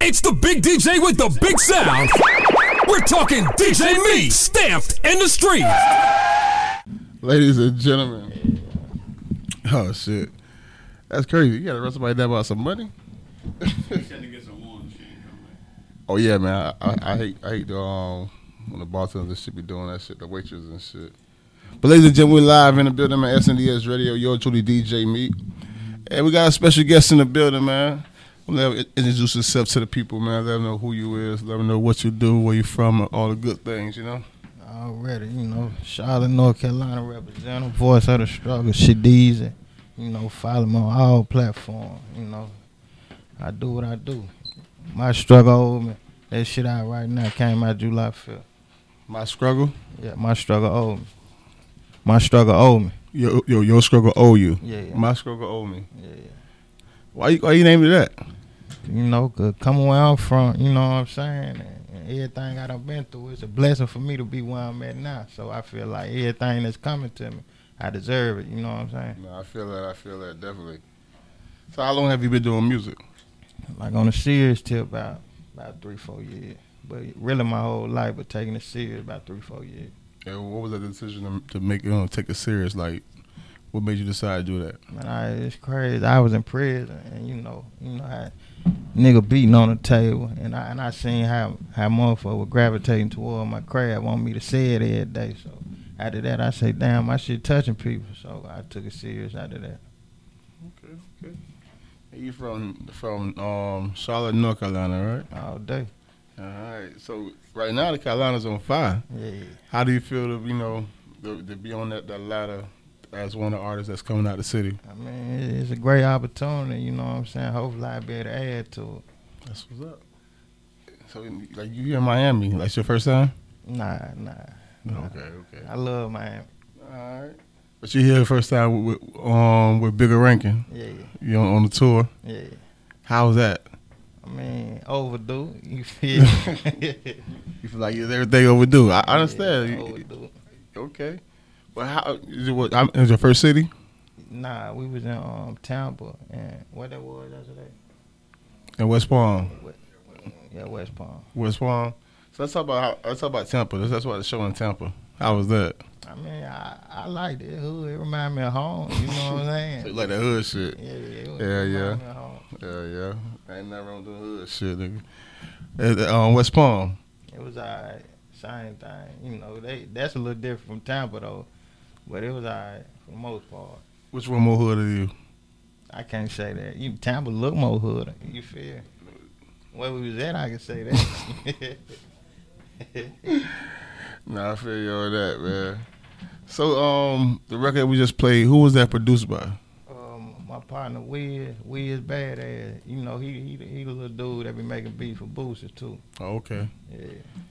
It's the big DJ with the big sound. We're talking DJ Me, stamped in the street. Ladies and gentlemen. Oh shit. That's crazy. You gotta run somebody down about some money? Oh yeah, man. I, I, I hate I hate the um when the bartenders and shit be doing that shit, the waitresses and shit. But ladies and gentlemen, we're live in the building at SNDS Radio. Your truly DJ Meet, and we got a special guest in the building, man. Let him introduce yourself to the people, man. Let them know who you is. Let them know what you do, where you from, all the good things, you know. Already, you know, Charlotte, North Carolina representative, voice of the struggle, Shadiz, and, you know, follow me on all platforms, you know. I do what I do. My struggle over me. That shit out right now came out July 5th. My struggle, Yeah, my struggle over me. My struggle over me. yo, yo, your struggle owe you. Yeah, yeah. My struggle owe me. yeah, yeah. Why you, why you named it that? You know, 'cause coming where I'm from, you know what I'm saying? And, and everything I done been through, it's a blessing for me to be where I'm at now. So I feel like everything that's coming to me, I deserve it, you know what I'm saying? No, I feel that. I feel that definitely. So how long have you been doing music? like on a serious tip about about three four years but really my whole life but taking it serious about three four years And what was the decision to, to make you know take it serious? Like, what made you decide to do that? man I, it's crazy i was in prison and you know you know how nigga beating on the table and i and i seen how how motherfucker were gravitating toward my craft want me to say it every day so after that i say damn i shit touching people so i took it serious after that Okay, okay. You from from um, Charlotte, North Carolina, all right? day All right. So right now the Carolinas on fire. yeah How do you feel to you know to, to be on that, that ladder as one of the artists that's coming out the city? i mean it- it's a great opportunity you know what i'm saying hopefully i'll be able to add to it That's what's up. So like you here in Miami, like it's your first time? Nah, nah. nah. okay. I love Miami. All right. But you here the first time with, with um with bigger ranking. Yeah, You on, on the tour. yeah, yeah. How's that? I mean, overdue. You feel? me? You feel like it's everything overdue. I, I Yeah, oh, understand. overdue. Okay. But how is it what I'm, is your first city? Nah, we was in um Tampa and what that was yesterday. In West Palm. Yeah, West Palm. West Palm. So let's talk about how, let's talk about Tampa. That's, that's why the show in Tampa. How was that? I mean, I I liked it. Hood. It reminded me of home. You know what I'm saying? So you like the hood shit. yeah, yeah, it was- Yeah, it yeah. reminded me of home. Yeah, yeah. Ain't nothing wrong with the hood shit, nigga. At, um, West Palm. It was alright. Same thing. You know, they that's a little different from Tampa though, but it was alright for the most part. Which one more hood are you? I can't say that. You Tampa look more hood. You feel? Where we was at, I can say that. Nah, I feel you on that, man. So, um, the record we just played, who was that produced by? um, my partner Wiz, Wiz badass. You know, he he he the little dude that be making beats for Boosters too. Oh, okay. Yeah,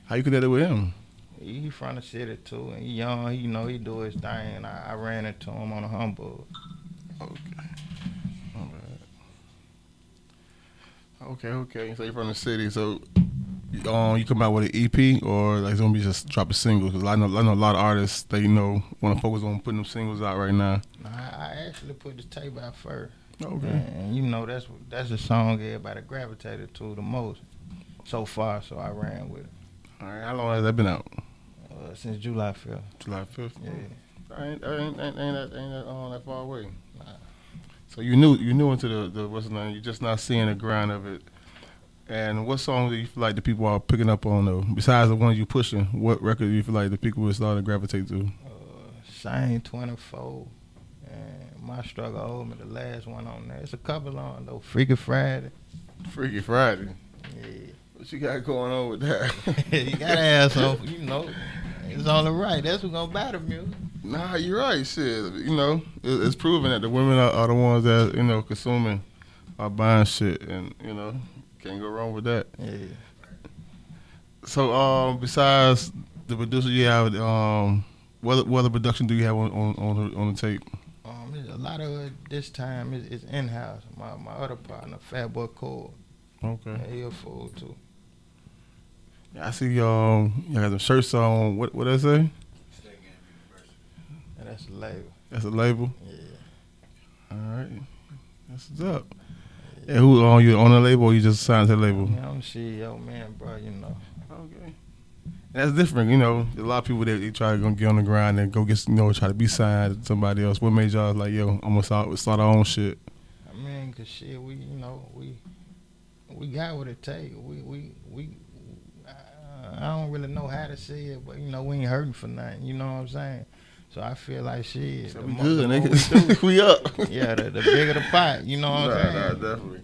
How you connected with him? he, he from the city too, and he young. He you know he do his thing. I, I ran into him on a humbug. Okay. All right. Okay, okay. So you're from the city, so um, you come out with an EP or like it's gonna be just drop a single? Cause I know I know a lot of artists that you know want to focus on putting them singles out right now. I, I actually put the tape out first, and, and you know that's what- that's the song everybody gravitated to the most so far. So I ran with it All right. How long has that been out? uh, since July fifth. July fifth. Yeah. I ain't, I ain't, ain't, ain't that ain't that, um, that far away. So you knew you knew into the the what's the name? You're just not seeing the grind of it. And what songs do you feel like the people are picking up on though? Besides the ones you pushing, what record do you feel like the people are starting to gravitate to? Shane 24. And my struggle over the last one on there. It's a couple on though. Freaky Friday. Freaky Friday. Yeah. What you got going on with that? you gotta have some, you know. It's only right. That's who gonna buy the music. Nah, you're right. Shit, you know, it, it's proven that the women are, are the ones that you know consuming, are buying shit, and you know, can't go wrong with that. Yeah. So, um, besides the producer you have, um, what what other production do you have on on on the, on the tape? Um, there's a lot of it this time is it's in house. My my other partner, Fat Boy Cole, Okay, he a fool too. I see y'all. Y'all got them shirts on. What what that say? And that's a label. That's a label. Yeah. All right, that's what's up. And who are you on the label or you just signed to the label? You know, I'm CEO man, bro. You know, Okay. That's different, you know. A lot of people they, they try to go get on the grind and go get you know try to be signed to somebody else. What made y'all like, yo, I'm gonna start, start our own shit? I mean, cause shit, we you know we we got what it takes. We we we. I- I don't really know how to say it, but you know we ain't hurting for nothing. You know what I'm saying? So I feel like shit. So the we more- good, the more nigga. we do, we up. yeah, the, the bigger the pot. You know what I'm Nah, saying? nah, definitely.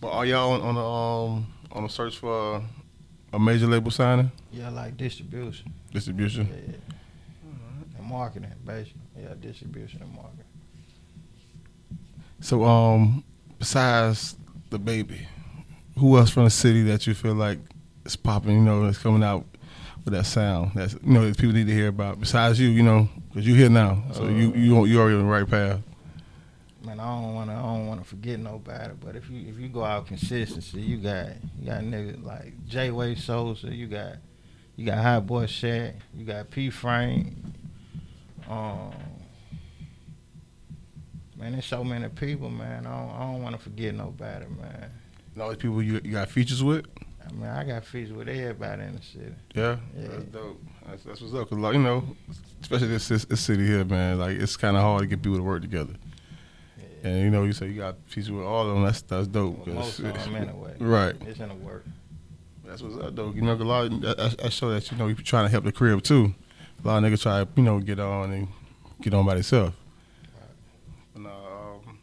But are y'all on, on a um on a search for uh, a major label signing Yeah, like distribution. Yeah. distribution? Mm-hmm. And marketing, basically. Yeah, distribution and marketing. So um, besides the baby, who else from the city that you feel like is popping? You know, that's coming out with that sound. That's you know that people need to hear about. Besides you, you know, because you're here now, so Uh, you you you already on the right path. Man, I don't wanna I don't wanna forget nobody, but if you if you go out consistency, you got you got niggas like J Way Sosa, you got you got Hot Boy Shaq, you got P Frank, um Man, there's so many people, man. I don't, I don't want to forget nobody, man. And all these people you, you got features with. I mean, I got fees with everybody in the city. Yeah, Yeah. that's dope. That's, that's what's up. 'Cause, like you know, especially this, this, this city here, man. Like it's kind of hard to get people to work together. And you know, you say you got features with all of them. That's that's dope. Well, 'cause most of it's- them, anyway. Right. It's in the work. That's what's up, though. You know, a lot. Of, I, I show that you know you trying to help the crib too. A lot of niggas try to you know get on and get on by themselves. But nah, um,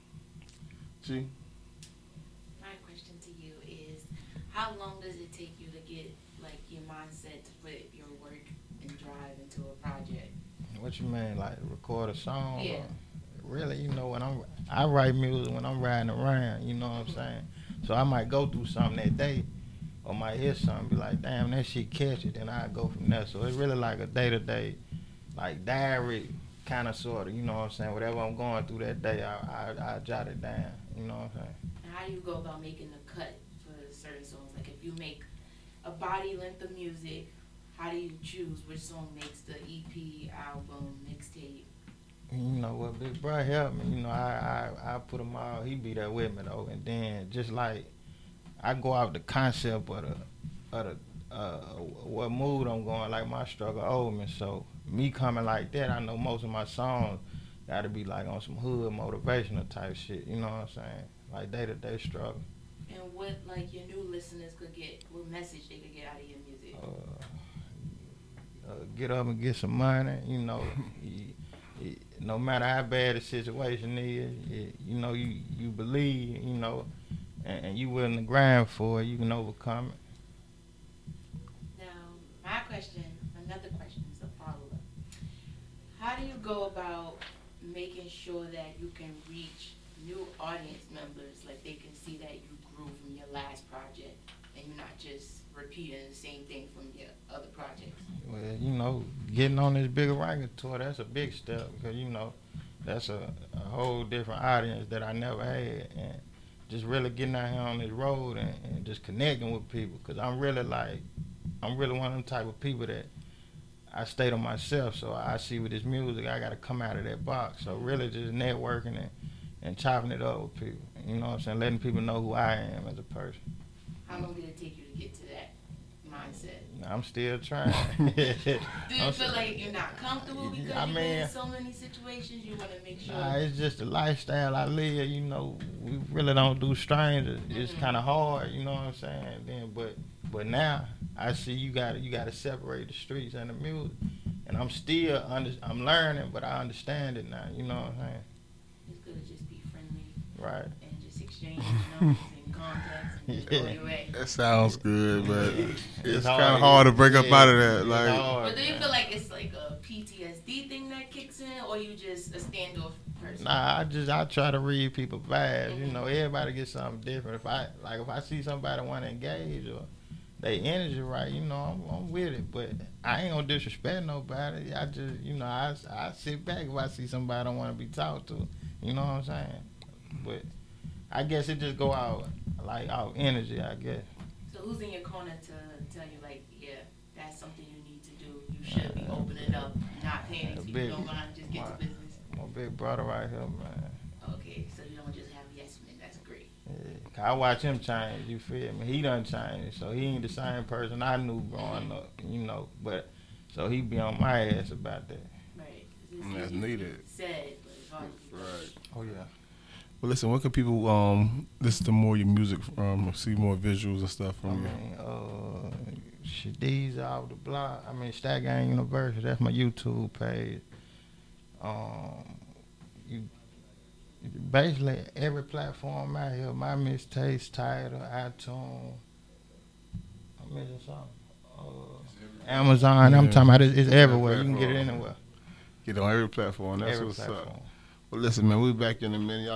gee, My question to you is, how long does it take you to get like your mindset to put your work and drive into a project? What you mean, like record a song? Yeah. or- really, you know, when I'm I write music when I'm riding around. You know what I'm saying? So I might go through something that day, or might hear something, be like, damn, that shit catch it, then I go from there. So it's really like a day to day, like diary kind of sort of. You know what I'm saying? Whatever I'm going through that day, I I, I jot it down. You know what I'm saying? And how do you go about making the cut for certain songs? Like if you make a body length of music, how do you choose which song makes the EP, album, mixtape? You know what, Big Bro helped me. You know, I, I I put him out. He be there with me though. And then just like I go out the concept of the of the uh, what mood I'm going. Like my struggle old man. So me coming like that, I know most of my songs got to be like on some hood motivational type shit. You know what I'm saying? Like day to day struggle. And what like your new listeners could get, what message they could get out of your music? uh, uh, get up and get some money. You know, you, you- no matter how bad the situation is, you, you know you you believe. You know, and, and you willing to grind for it. You can overcome it. Now, my question, another question is a follow up. How do you go about making sure that you can reach new audience members, like they can see that you grew from your last project and you're not just repeating the same thing from your other projects? Well, you know, getting on this bigger record tour that's a big step because you know that's a, a whole different audience that I never had and. Just really getting out here on this road and, and just connecting with people, cause I'm really like, I'm really one of them type of people that I stay to myself, so I see with this music, I got to come out of that box. So really, just networking and, and chopping it up with people. You know what I'm saying? Letting people know who I am as a person. How long did it take you to get to that mindset? I'm still trying. Do you I'm feel so- like you're not comfortable because I you've been mean- in so many situations? You want to make sure. Nah, it's just the lifestyle I live. You know, we really don't do strangers. It's Mhm. kind of hard. You know what I'm saying? Then, but but now I see you got to you got to separate the streets and the music. And I'm still under, I'm learning, but I understand it now. You know what I'm saying? It's good to just be friendly Right. and just exchange numbers and contacts and just go Yeah. your way. that sounds good, but it's hard. kind of hard to break up Yeah, out of that. it's Like, hard, But do you man. feel like it's like a PTSD thing that kicks in, or you just a standoff person? Nah, I just I try to read people vibes. You know, everybody gets something different. If I like, if I see somebody want to engage or they energy right, you know, I'm, I'm with it. But I ain't gonna disrespect nobody. I just, you know, I I sit back if I see somebody I don't want to be talked to. You know what I'm saying? But I guess it just go out like out energy. I guess. So who's in your corner to tell you like, yeah, that's something you need to do. You should be opening up, not paying Big. people don't mind, just get Wow. to business. My big brother right here, man. Okay, so you don't just have yes men. That's great. Yeah. I watch him change. You feel me? He done changed, so he ain't the same person I knew growing up. You know, but so he be on my ass about that. Right. 'Cause it's Mm, that's easy to needed. Said, but it's hard to do. Oh yeah. Well, listen. What can people um listen to more your music from, or see more visuals and stuff I from you? mean, uh, Shadiz out the block. I mean, Stack Gang University. That's my YouTube page. Um, you, basically every platform out here. My mistakes, title, iTunes. I'm missing something. Uh, Amazon. I'm Yeah. talking about it, it's everywhere. You can get it platform. anywhere. Get on every platform. That's every what's platform. up. Well, listen, man. We'll be back in a minute. Y'all